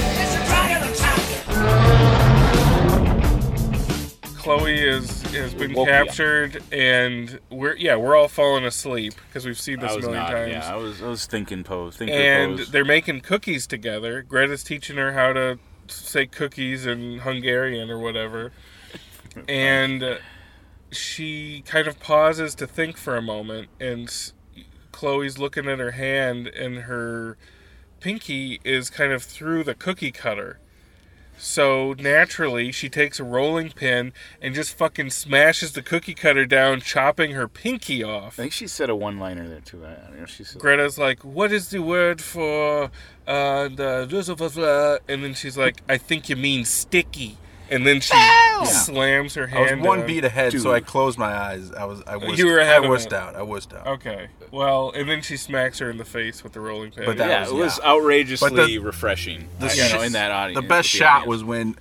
[SPEAKER 7] Chloe is has been
[SPEAKER 8] Woke me up.
[SPEAKER 7] captured, and we're yeah we're all falling asleep because we've seen this
[SPEAKER 8] I
[SPEAKER 7] a
[SPEAKER 8] was
[SPEAKER 7] million
[SPEAKER 8] not.
[SPEAKER 7] times.
[SPEAKER 8] Yeah, I was. I was thinking pose. Thinking
[SPEAKER 7] and
[SPEAKER 8] pose.
[SPEAKER 7] they're making cookies together. Greta's teaching her how to say cookies in Hungarian or whatever. And uh, she kind of pauses to think for a moment, and s- Chloe's looking at her hand, and her pinky is kind of through the cookie cutter. So naturally, she takes a rolling pin and just fucking smashes the cookie cutter down, chopping her pinky off.
[SPEAKER 8] I think she said a one-liner there too. I I don't know. She said.
[SPEAKER 7] Greta's like, "What is the word for uh, the blah, blah, blah?" uh," And then she's like, "I think you mean sticky." And then she slams her
[SPEAKER 6] I was
[SPEAKER 7] hand.
[SPEAKER 6] one
[SPEAKER 7] down.
[SPEAKER 6] beat ahead, so
[SPEAKER 8] Dude.
[SPEAKER 6] I closed my eyes. I was I was
[SPEAKER 7] were ahead
[SPEAKER 6] I
[SPEAKER 7] of Oh,
[SPEAKER 6] whisked
[SPEAKER 7] it.
[SPEAKER 6] out. I whisked out.
[SPEAKER 7] Okay. Well, and then she smacks her in the face with the rolling pin.
[SPEAKER 6] But that-
[SPEAKER 8] yeah,
[SPEAKER 6] was-
[SPEAKER 8] it was
[SPEAKER 6] yeah.
[SPEAKER 8] outrageously
[SPEAKER 6] But the-
[SPEAKER 8] refreshing.
[SPEAKER 6] The
[SPEAKER 8] I- you
[SPEAKER 6] sh-
[SPEAKER 8] know, in that audience.
[SPEAKER 6] The best
[SPEAKER 8] with the
[SPEAKER 6] shot
[SPEAKER 8] audience.
[SPEAKER 6] was when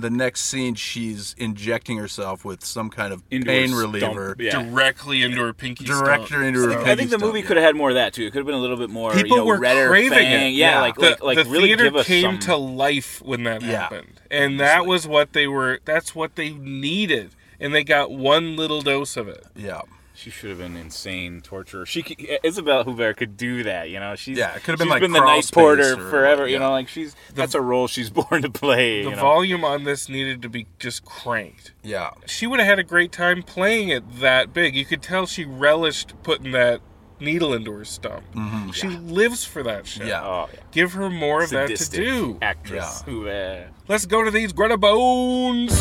[SPEAKER 6] the next scene she's injecting herself with some kind of
[SPEAKER 8] Into her
[SPEAKER 6] pain
[SPEAKER 8] stump,
[SPEAKER 6] reliever.
[SPEAKER 8] yeah.
[SPEAKER 7] directly into her pinky.
[SPEAKER 6] Director
[SPEAKER 7] stump.
[SPEAKER 6] into her
[SPEAKER 8] I think the movie could have had more of that too. It could have been a little bit more.
[SPEAKER 7] People
[SPEAKER 8] you know,
[SPEAKER 7] were
[SPEAKER 8] red or
[SPEAKER 7] craving
[SPEAKER 8] fang.
[SPEAKER 7] it.
[SPEAKER 8] Yeah,
[SPEAKER 6] Yeah.
[SPEAKER 8] like
[SPEAKER 7] The,
[SPEAKER 8] like, like
[SPEAKER 7] the
[SPEAKER 8] really
[SPEAKER 7] theater
[SPEAKER 8] give us
[SPEAKER 7] came
[SPEAKER 8] some.
[SPEAKER 7] to life when that
[SPEAKER 6] Yeah.
[SPEAKER 7] happened, and that was what they were. That's what they needed, and they got one little dose of it.
[SPEAKER 6] Yeah.
[SPEAKER 8] She should have been insane torturer. She c- Isabel Hoover could do that. You know, she's
[SPEAKER 6] Yeah, it could have been
[SPEAKER 8] she's
[SPEAKER 6] like
[SPEAKER 8] been the
[SPEAKER 6] Crawl
[SPEAKER 8] night porter
[SPEAKER 6] Space or-
[SPEAKER 8] forever. You
[SPEAKER 6] yeah.
[SPEAKER 8] know, like she's that's a role she's born to play.
[SPEAKER 7] The
[SPEAKER 8] you know?
[SPEAKER 7] volume on this needed to be just cranked.
[SPEAKER 6] Yeah.
[SPEAKER 7] she would have had a great time playing it that big. You could tell she relished putting that needle into her stump. She lives for that shit.
[SPEAKER 6] Yeah.
[SPEAKER 8] Oh, yeah.
[SPEAKER 7] Give her more of that to
[SPEAKER 8] Sadistic
[SPEAKER 7] do.
[SPEAKER 8] actress.
[SPEAKER 6] Yeah.
[SPEAKER 8] Hoover.
[SPEAKER 7] Let's go to these Greta Bones.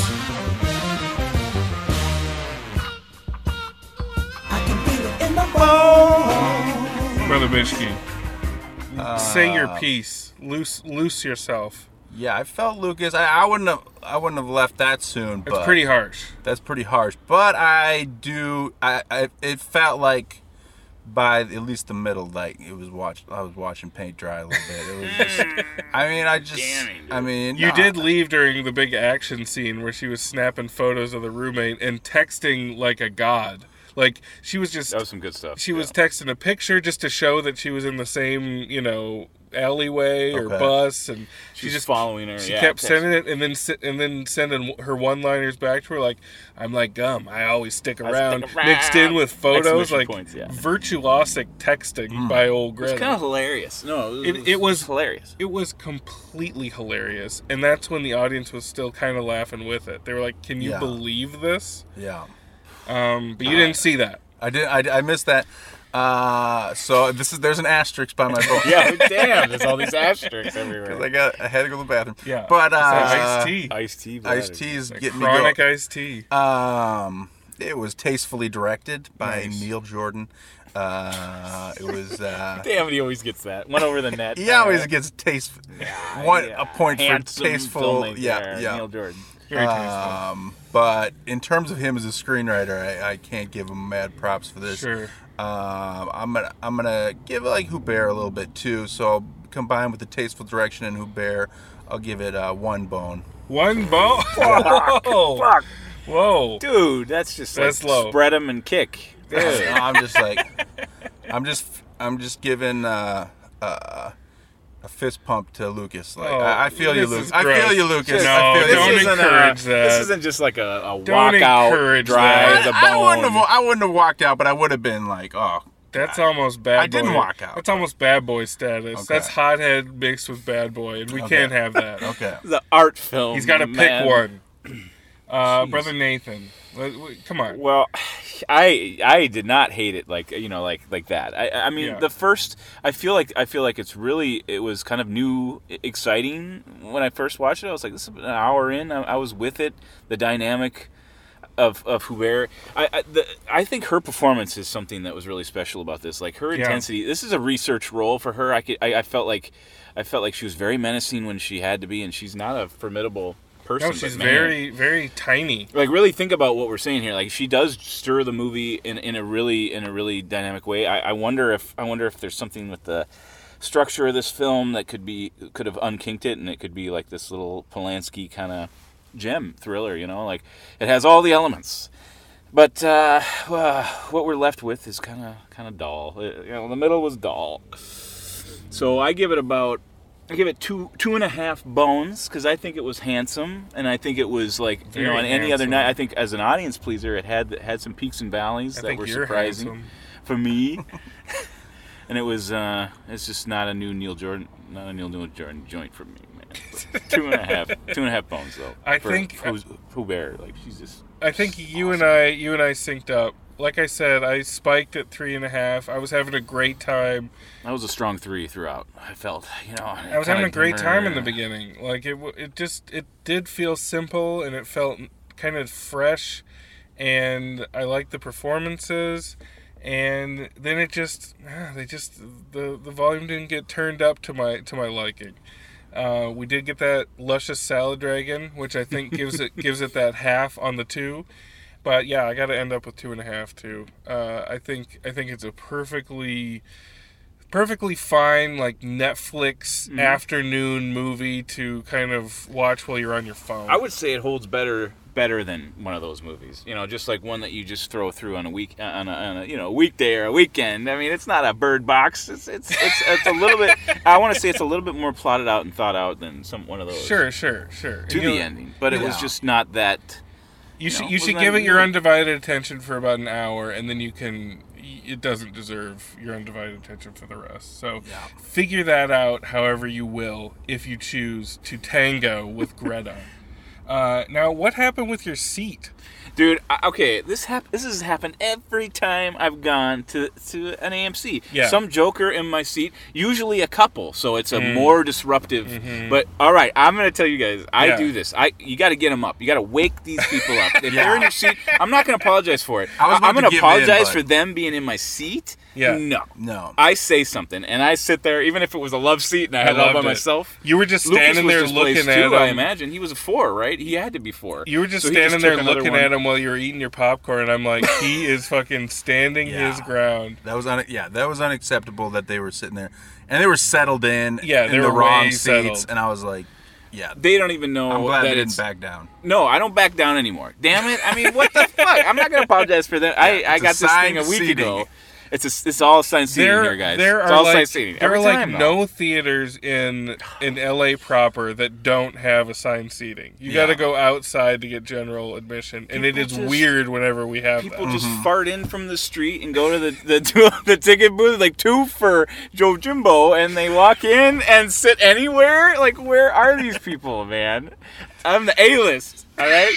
[SPEAKER 7] Brother Bishke, say your piece. Loose, loose yourself.
[SPEAKER 6] Yeah, I felt Lucas. I, I wouldn't have I wouldn't have left that soon,
[SPEAKER 7] It's
[SPEAKER 6] but
[SPEAKER 7] pretty harsh.
[SPEAKER 6] that's pretty harsh. But I do I, I it felt like by at least the middle, like it was watch. I was watching paint dry a little bit. It was just, I mean, I just, I mean, uh,
[SPEAKER 7] You
[SPEAKER 6] nah.
[SPEAKER 7] did leave during the big action scene where she was snapping photos of the roommate and texting like a god. Like she was just
[SPEAKER 8] That was some good stuff.
[SPEAKER 7] she was
[SPEAKER 8] yeah.
[SPEAKER 7] texting a picture just to show that she was in the same, you know, alleyway or
[SPEAKER 6] Okay.
[SPEAKER 7] bus and she
[SPEAKER 8] She's
[SPEAKER 7] just
[SPEAKER 8] following her.
[SPEAKER 7] she
[SPEAKER 8] yeah,
[SPEAKER 7] kept
[SPEAKER 8] text-
[SPEAKER 7] sending it and then se- and then sending her one-liners back to her like I'm like gum, I always stick around, mixed in with photos
[SPEAKER 8] Exclamation
[SPEAKER 7] like
[SPEAKER 8] points, yeah. Mm.
[SPEAKER 7] virtuosic texting by old
[SPEAKER 8] It was
[SPEAKER 7] Greta.
[SPEAKER 8] kind of hilarious. No,
[SPEAKER 7] It- it was-
[SPEAKER 8] hilarious.
[SPEAKER 7] It was completely hilarious, and that's when the audience was still kind of laughing with it. They were like, "Can you
[SPEAKER 6] Yeah.
[SPEAKER 7] believe this?"
[SPEAKER 6] Yeah,
[SPEAKER 7] Um, but you didn't see that.
[SPEAKER 6] I did. I, I missed that. Uh, so this is there's an asterisk by my phone.
[SPEAKER 8] Yeah, damn, there's all these asterisks everywhere.
[SPEAKER 6] I got. I had to go to the bathroom.
[SPEAKER 7] Yeah,
[SPEAKER 6] but uh,
[SPEAKER 7] iced tea,
[SPEAKER 8] iced tea.
[SPEAKER 6] Ice T is getting me going.
[SPEAKER 7] chronic iced tea.
[SPEAKER 6] Um, it was tastefully directed by
[SPEAKER 7] Nice.
[SPEAKER 6] Neil Jordan. Uh, it was. Uh,
[SPEAKER 8] Damn, he always gets that. One over the net.
[SPEAKER 6] he always gets taste. One a point
[SPEAKER 8] Handsome
[SPEAKER 6] for tasteful.
[SPEAKER 8] filmmaker,
[SPEAKER 6] Yeah, yeah.
[SPEAKER 8] Neil Jordan.
[SPEAKER 7] Very tasteful.
[SPEAKER 6] Um, but in terms of him as a screenwriter, I, I can't give him mad props for this.
[SPEAKER 7] Sure.
[SPEAKER 6] Um, I'm gonna I'm gonna give like Hubert a little bit too. So combined with the tasteful direction and Hubert, I'll give it uh, one bone.
[SPEAKER 7] One bone. Whoa.
[SPEAKER 8] Fuck,
[SPEAKER 7] Whoa.
[SPEAKER 8] dude, that's just
[SPEAKER 7] oh. That's
[SPEAKER 8] like
[SPEAKER 7] low.
[SPEAKER 8] spread him and kick.
[SPEAKER 6] I don't know, I'm just like, I'm just I'm just giving uh, uh, a fist pump to Lucas. Like
[SPEAKER 7] Oh,
[SPEAKER 6] I, I feel you,
[SPEAKER 7] this is
[SPEAKER 6] Lucas. I feel
[SPEAKER 7] gross.
[SPEAKER 6] you, Lucas.
[SPEAKER 7] No,
[SPEAKER 6] I feel you.
[SPEAKER 7] don't
[SPEAKER 6] This
[SPEAKER 7] encourage
[SPEAKER 6] isn't a-
[SPEAKER 7] that.
[SPEAKER 8] This isn't just like a, a
[SPEAKER 7] Don't
[SPEAKER 8] walkout
[SPEAKER 7] encourage that.
[SPEAKER 8] drive. The bone.
[SPEAKER 6] I, I wouldn't have I wouldn't have walked out, but I would have been like, oh,
[SPEAKER 7] That's almost bad.
[SPEAKER 6] I didn't
[SPEAKER 7] boy.
[SPEAKER 6] walk out.
[SPEAKER 7] That's almost bad boy status.
[SPEAKER 6] Okay.
[SPEAKER 7] That's hothead mixed with bad boy, and we can't have that.
[SPEAKER 6] okay.
[SPEAKER 8] the art film.
[SPEAKER 7] He's got to pick
[SPEAKER 8] man.
[SPEAKER 7] one. Uh, brother Nathan, let- w- come on.
[SPEAKER 8] Well, I I did not hate it like you know like like that. I I mean
[SPEAKER 7] Yeah.
[SPEAKER 8] the first I feel like I feel like it's really it was kind of new, e- exciting when I first watched it. I was like this is an hour in. I, I was with it. The dynamic of of Hubert. I I, the, I think her performance is something that was really special about this. Like her
[SPEAKER 7] Yeah.
[SPEAKER 8] intensity. This is a research role for her. I could I, I felt like I felt like she was very menacing when she had to be, and she's not a formidable person.
[SPEAKER 7] No, she's
[SPEAKER 8] but man.
[SPEAKER 7] very, very tiny.
[SPEAKER 8] like really think about what we're saying here. Like she does stir the movie in, in a really in a really dynamic way. I, I wonder if I wonder if there's something with the structure of this film that could be could have unkinked it and it could be like this little Polanski kind of gem thriller. You know, like it has all the elements. But uh, uh, what we're left with is kind of kind of dull. Uh, you know, the middle was dull. So I give it about I give it two two and a half bones because I think it was handsome and I think it was like you know
[SPEAKER 7] Very
[SPEAKER 8] on any other
[SPEAKER 7] handsome.
[SPEAKER 8] night I think as an audience pleaser it had had some peaks and valleys
[SPEAKER 7] I
[SPEAKER 8] that
[SPEAKER 7] think
[SPEAKER 8] were
[SPEAKER 7] you're
[SPEAKER 8] surprising
[SPEAKER 7] handsome.
[SPEAKER 8] for me. and it was uh, it's just not a new Neil Jordan not a Neil Neil Jordan joint for me. Man. two and a half two and a half bones though.
[SPEAKER 7] I
[SPEAKER 8] for,
[SPEAKER 7] think-
[SPEAKER 8] for, Pooh Bear like she's just
[SPEAKER 7] I think you and I, you and I synced up. Like I said, I spiked at three and a half. I was having a great time.
[SPEAKER 8] that was a strong three throughout. I felt you know
[SPEAKER 7] I was having a great time in the beginning. Like it, w- it just it did feel simple and it felt kind of fresh, and I liked the performances. And then it just ah, they just the the volume didn't get turned up to my to my liking. Uh, we did get that luscious salad dragon, which I think gives it gives it that half on the two. But yeah, I got to end up with two and a half too. Uh, I think I think it's a perfectly perfectly fine like Netflix afternoon movie to kind of watch while you're on your phone.
[SPEAKER 8] I would say it holds better better than one of those movies. You know, just like one that you just throw through on a week uh, on a, on a you know weekday or a weekend. I mean, it's not a Bird Box. It's it's it's, it's a little bit. I want to say it's a little bit more plotted out and thought out than some one of those.
[SPEAKER 7] sure, sure, sure.
[SPEAKER 8] To
[SPEAKER 7] And you-
[SPEAKER 8] the ending, but it was just not that.
[SPEAKER 7] You should
[SPEAKER 8] know,
[SPEAKER 7] you should
[SPEAKER 8] wasn't
[SPEAKER 7] give
[SPEAKER 8] that
[SPEAKER 7] it your
[SPEAKER 8] good?
[SPEAKER 7] undivided attention for about an hour, and then you can. It doesn't deserve your undivided attention for the rest. So figure that out, however you will, if you choose to tango with Greta. uh, now, what happened with your seat?
[SPEAKER 8] Dude, I, okay, this hap- this has happened every time I've gone to to an AMC.
[SPEAKER 7] Yeah.
[SPEAKER 8] Some joker in my seat, usually a couple, so it's a more disruptive. But all right, I'm going to tell you guys, I
[SPEAKER 7] Yeah.
[SPEAKER 8] do this. I you got to get them up. You got to wake these people up. If they're in your seat, I'm not going to apologize for it.
[SPEAKER 6] I was about
[SPEAKER 8] am
[SPEAKER 6] to
[SPEAKER 8] gonna
[SPEAKER 6] give in,
[SPEAKER 8] apologize
[SPEAKER 6] but-
[SPEAKER 8] for them being in my seat.
[SPEAKER 7] Yeah.
[SPEAKER 8] No.
[SPEAKER 6] No.
[SPEAKER 8] I say something and I sit there even if it was a love seat and I had it all by
[SPEAKER 7] loved it.
[SPEAKER 8] myself.
[SPEAKER 7] You were just
[SPEAKER 8] Lucas
[SPEAKER 7] standing
[SPEAKER 8] was
[SPEAKER 7] there
[SPEAKER 8] displaced
[SPEAKER 7] looking at
[SPEAKER 8] too, I
[SPEAKER 7] him.
[SPEAKER 8] imagine he was a four, right? He had to be four.
[SPEAKER 7] You were just
[SPEAKER 8] So he
[SPEAKER 7] standing
[SPEAKER 8] took
[SPEAKER 7] there
[SPEAKER 8] another
[SPEAKER 7] looking
[SPEAKER 8] one.
[SPEAKER 7] at him while you were eating your popcorn. and I'm like, he is fucking standing his
[SPEAKER 6] Yeah.
[SPEAKER 7] ground.
[SPEAKER 6] That was un- yeah, that was unacceptable that they were sitting there, and they were settled in.
[SPEAKER 7] Yeah,
[SPEAKER 6] in
[SPEAKER 7] they
[SPEAKER 6] the
[SPEAKER 7] were
[SPEAKER 6] wrong
[SPEAKER 7] way
[SPEAKER 6] seats,
[SPEAKER 7] settled.
[SPEAKER 6] and I was like, yeah,
[SPEAKER 8] They don't even know
[SPEAKER 6] I'm glad
[SPEAKER 8] that
[SPEAKER 6] they
[SPEAKER 8] it's
[SPEAKER 6] didn't back down.
[SPEAKER 8] No, I don't back down anymore. Damn it! I mean, what the fuck? I'm not gonna apologize for that. I, I
[SPEAKER 6] it's
[SPEAKER 8] got this thing
[SPEAKER 6] assigned
[SPEAKER 8] a week
[SPEAKER 6] seating.
[SPEAKER 8] ago. It's a, it's all assigned seating
[SPEAKER 7] There,
[SPEAKER 8] here, guys.
[SPEAKER 7] there
[SPEAKER 8] it's
[SPEAKER 7] are
[SPEAKER 8] all
[SPEAKER 7] like
[SPEAKER 8] assigned seating.
[SPEAKER 7] there are
[SPEAKER 8] Every
[SPEAKER 7] like
[SPEAKER 8] time, though.
[SPEAKER 7] no theaters in in LA proper that don't have assigned seating. You got to go outside to get general admission, and it is
[SPEAKER 8] just-
[SPEAKER 7] weird whenever we have
[SPEAKER 8] People
[SPEAKER 6] Mm-hmm.
[SPEAKER 7] that.
[SPEAKER 8] just fart in from the street and go to the the, the ticket booth, like two for Joe Jimbo, and they walk in and sit anywhere. Like, where are these people, man? I'm the A list, all right?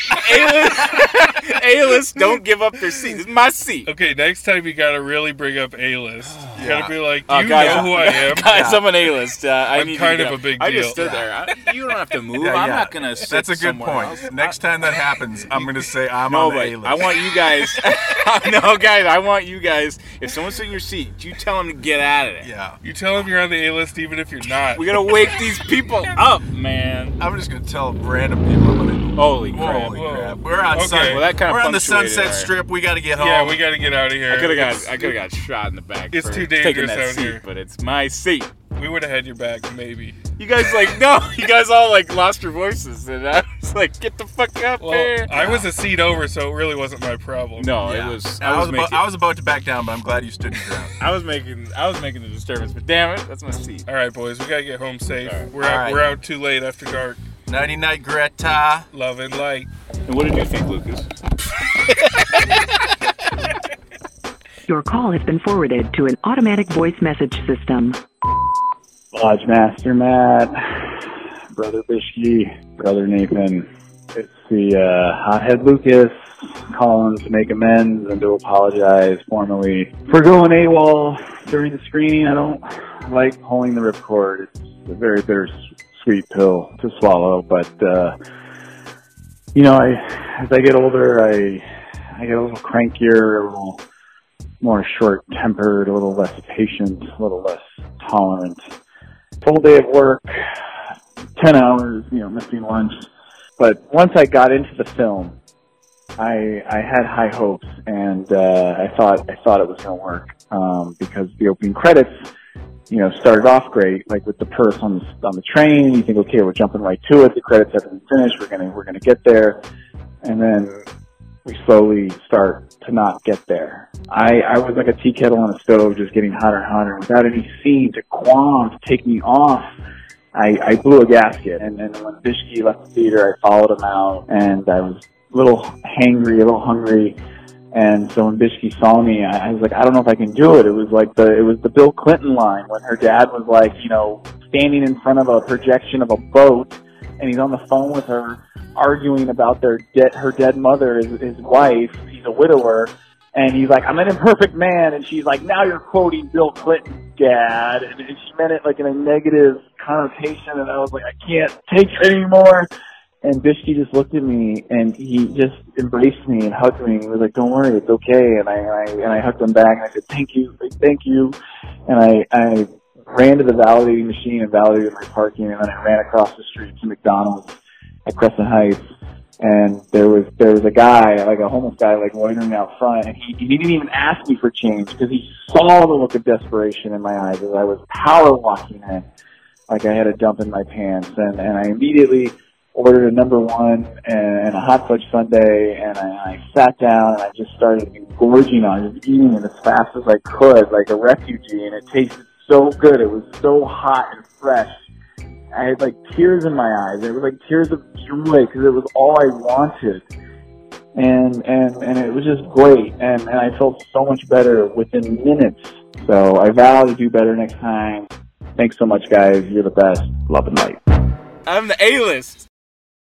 [SPEAKER 8] A list, A list. Don't give up their seat. This is my seat.
[SPEAKER 7] Okay, next time you got to really bring up A list. You got
[SPEAKER 6] Yeah.
[SPEAKER 7] to be like, you
[SPEAKER 8] Uh, guys,
[SPEAKER 7] know who I am.
[SPEAKER 8] Guys, I'm an A-list. Uh, I
[SPEAKER 7] I'm
[SPEAKER 8] need to
[SPEAKER 7] kind
[SPEAKER 8] get
[SPEAKER 7] of
[SPEAKER 8] up.
[SPEAKER 7] a big
[SPEAKER 8] I just
[SPEAKER 7] deal.
[SPEAKER 8] stood there. I, you don't have to move.
[SPEAKER 6] Yeah,
[SPEAKER 8] I'm
[SPEAKER 6] yeah.
[SPEAKER 8] not gonna. Sit
[SPEAKER 6] That's a good
[SPEAKER 8] somewhere
[SPEAKER 6] point.
[SPEAKER 8] else.
[SPEAKER 6] Next time that happens, I'm gonna say I'm
[SPEAKER 8] No,
[SPEAKER 6] on the
[SPEAKER 8] but
[SPEAKER 6] A-list.
[SPEAKER 8] I want you guys. no, guys, I want you guys. If someone's in your seat, you tell them to get out of there.
[SPEAKER 6] yeah,
[SPEAKER 7] You tell them you're on the A list, even if you're not.
[SPEAKER 8] We gotta wake these people up, man.
[SPEAKER 6] I'm just gonna tell random people. I'm gonna,
[SPEAKER 8] Holy crap!
[SPEAKER 6] holy
[SPEAKER 7] whoa.
[SPEAKER 6] crap, we're on
[SPEAKER 7] Okay.
[SPEAKER 6] sun-
[SPEAKER 7] Well,
[SPEAKER 8] that kinda
[SPEAKER 6] We're on the
[SPEAKER 8] punctuated,
[SPEAKER 6] Sunset
[SPEAKER 8] all right.
[SPEAKER 6] Strip. We gotta get home.
[SPEAKER 7] yeah, we got to get out of here.
[SPEAKER 8] I could have got. I could have got shot in the back.
[SPEAKER 7] It's
[SPEAKER 8] for
[SPEAKER 7] too
[SPEAKER 8] taking
[SPEAKER 7] dangerous
[SPEAKER 8] that
[SPEAKER 7] out
[SPEAKER 8] seat,
[SPEAKER 7] here.
[SPEAKER 8] But it's my seat.
[SPEAKER 7] We would have had your back, maybe.
[SPEAKER 8] You guys like no. You guys all like lost your voices, and I was like, get the fuck up
[SPEAKER 7] Well,
[SPEAKER 8] here.
[SPEAKER 7] I was a seat over, so it really wasn't my problem.
[SPEAKER 8] no,
[SPEAKER 6] Yeah.
[SPEAKER 8] it was.
[SPEAKER 6] I, was
[SPEAKER 8] making,
[SPEAKER 6] about, I was about to back down, but I'm glad you stood your ground.
[SPEAKER 8] I was making I was making the disturbance, but damn it, that's my seat.
[SPEAKER 7] All right, boys, we gotta get home safe. We're
[SPEAKER 6] All
[SPEAKER 7] out,
[SPEAKER 6] right.
[SPEAKER 7] we're out too late after dark.
[SPEAKER 6] Nighty night, Greta.
[SPEAKER 7] Love and light.
[SPEAKER 8] And what did you think, Lucas?
[SPEAKER 12] Your call has been forwarded to an automatic voice message system.
[SPEAKER 10] Lodge Master Matt, Brother Bishki, Brother Nathan. It's the uh, hothead Lucas calling to make amends and to apologize formally for going AWOL during the screening. I don't like pulling the ripcord. It's a very bittersweet pill to swallow, but uh, you know, I, as I get older, I I get a little crankier, a little more short-tempered, a little less patient, a little less tolerant full day of work, 10 hours, you know, missing lunch.
[SPEAKER 13] But once I got into the film, I I had high hopes, and uh, I thought I thought it was going to work um, because the opening credits, you know, started off great, like with the purse on the on the train. You think, okay, we're jumping right to it. The credits haven't finished. We're gonna we're gonna get there, and then we slowly start to not get there. I I was like a tea kettle on a stove, just getting hotter and hotter, without any scene to qualm to take me off. I, I blew a gasket, and then when Bishki left the theater, I followed him out, and I was a little hangry, a little hungry. And so when Bishki saw me, I I was like, I don't know if I can do it. It was like the it was the Bill Clinton line when her dad was like, you know, standing in front of a projection of a boat, and he's on the phone with her, arguing about their dead her dead mother is his wife. He's a widower, and he's like, I'm an imperfect man, and she's like, now you're quoting Bill Clinton, Dad, and and she meant it like in a negative connotation, and I was like, I can't take it anymore. And Bishki just looked at me and he just embraced me and hugged me and he was like, "Don't worry, it's okay." And I and I, and I hugged him back and I said, "Thank you, like, thank you." And I I ran to the validating machine and validated my parking, and then I ran across the street to McDonald's at Crescent Heights. And there was there was a guy, like a homeless guy, like loitering out front, and he, he didn't even ask me for change because he saw the look of desperation in my eyes as I was power walking in, like I had a dump in my pants, and and I immediately ordered a number one and, and a hot fudge sundae, and I, I sat down and I just started gorging on it, just eating it as fast as I could, like a refugee, and it tasted so good. It was so hot and fresh. I had like tears in my eyes. It was like tears of joy because it was all I wanted, and and and it was just great. And and I felt so much better within minutes. So I vow to do better next time. Thanks so much, guys. You're the best. Love and light.
[SPEAKER 9] I'm the A-list.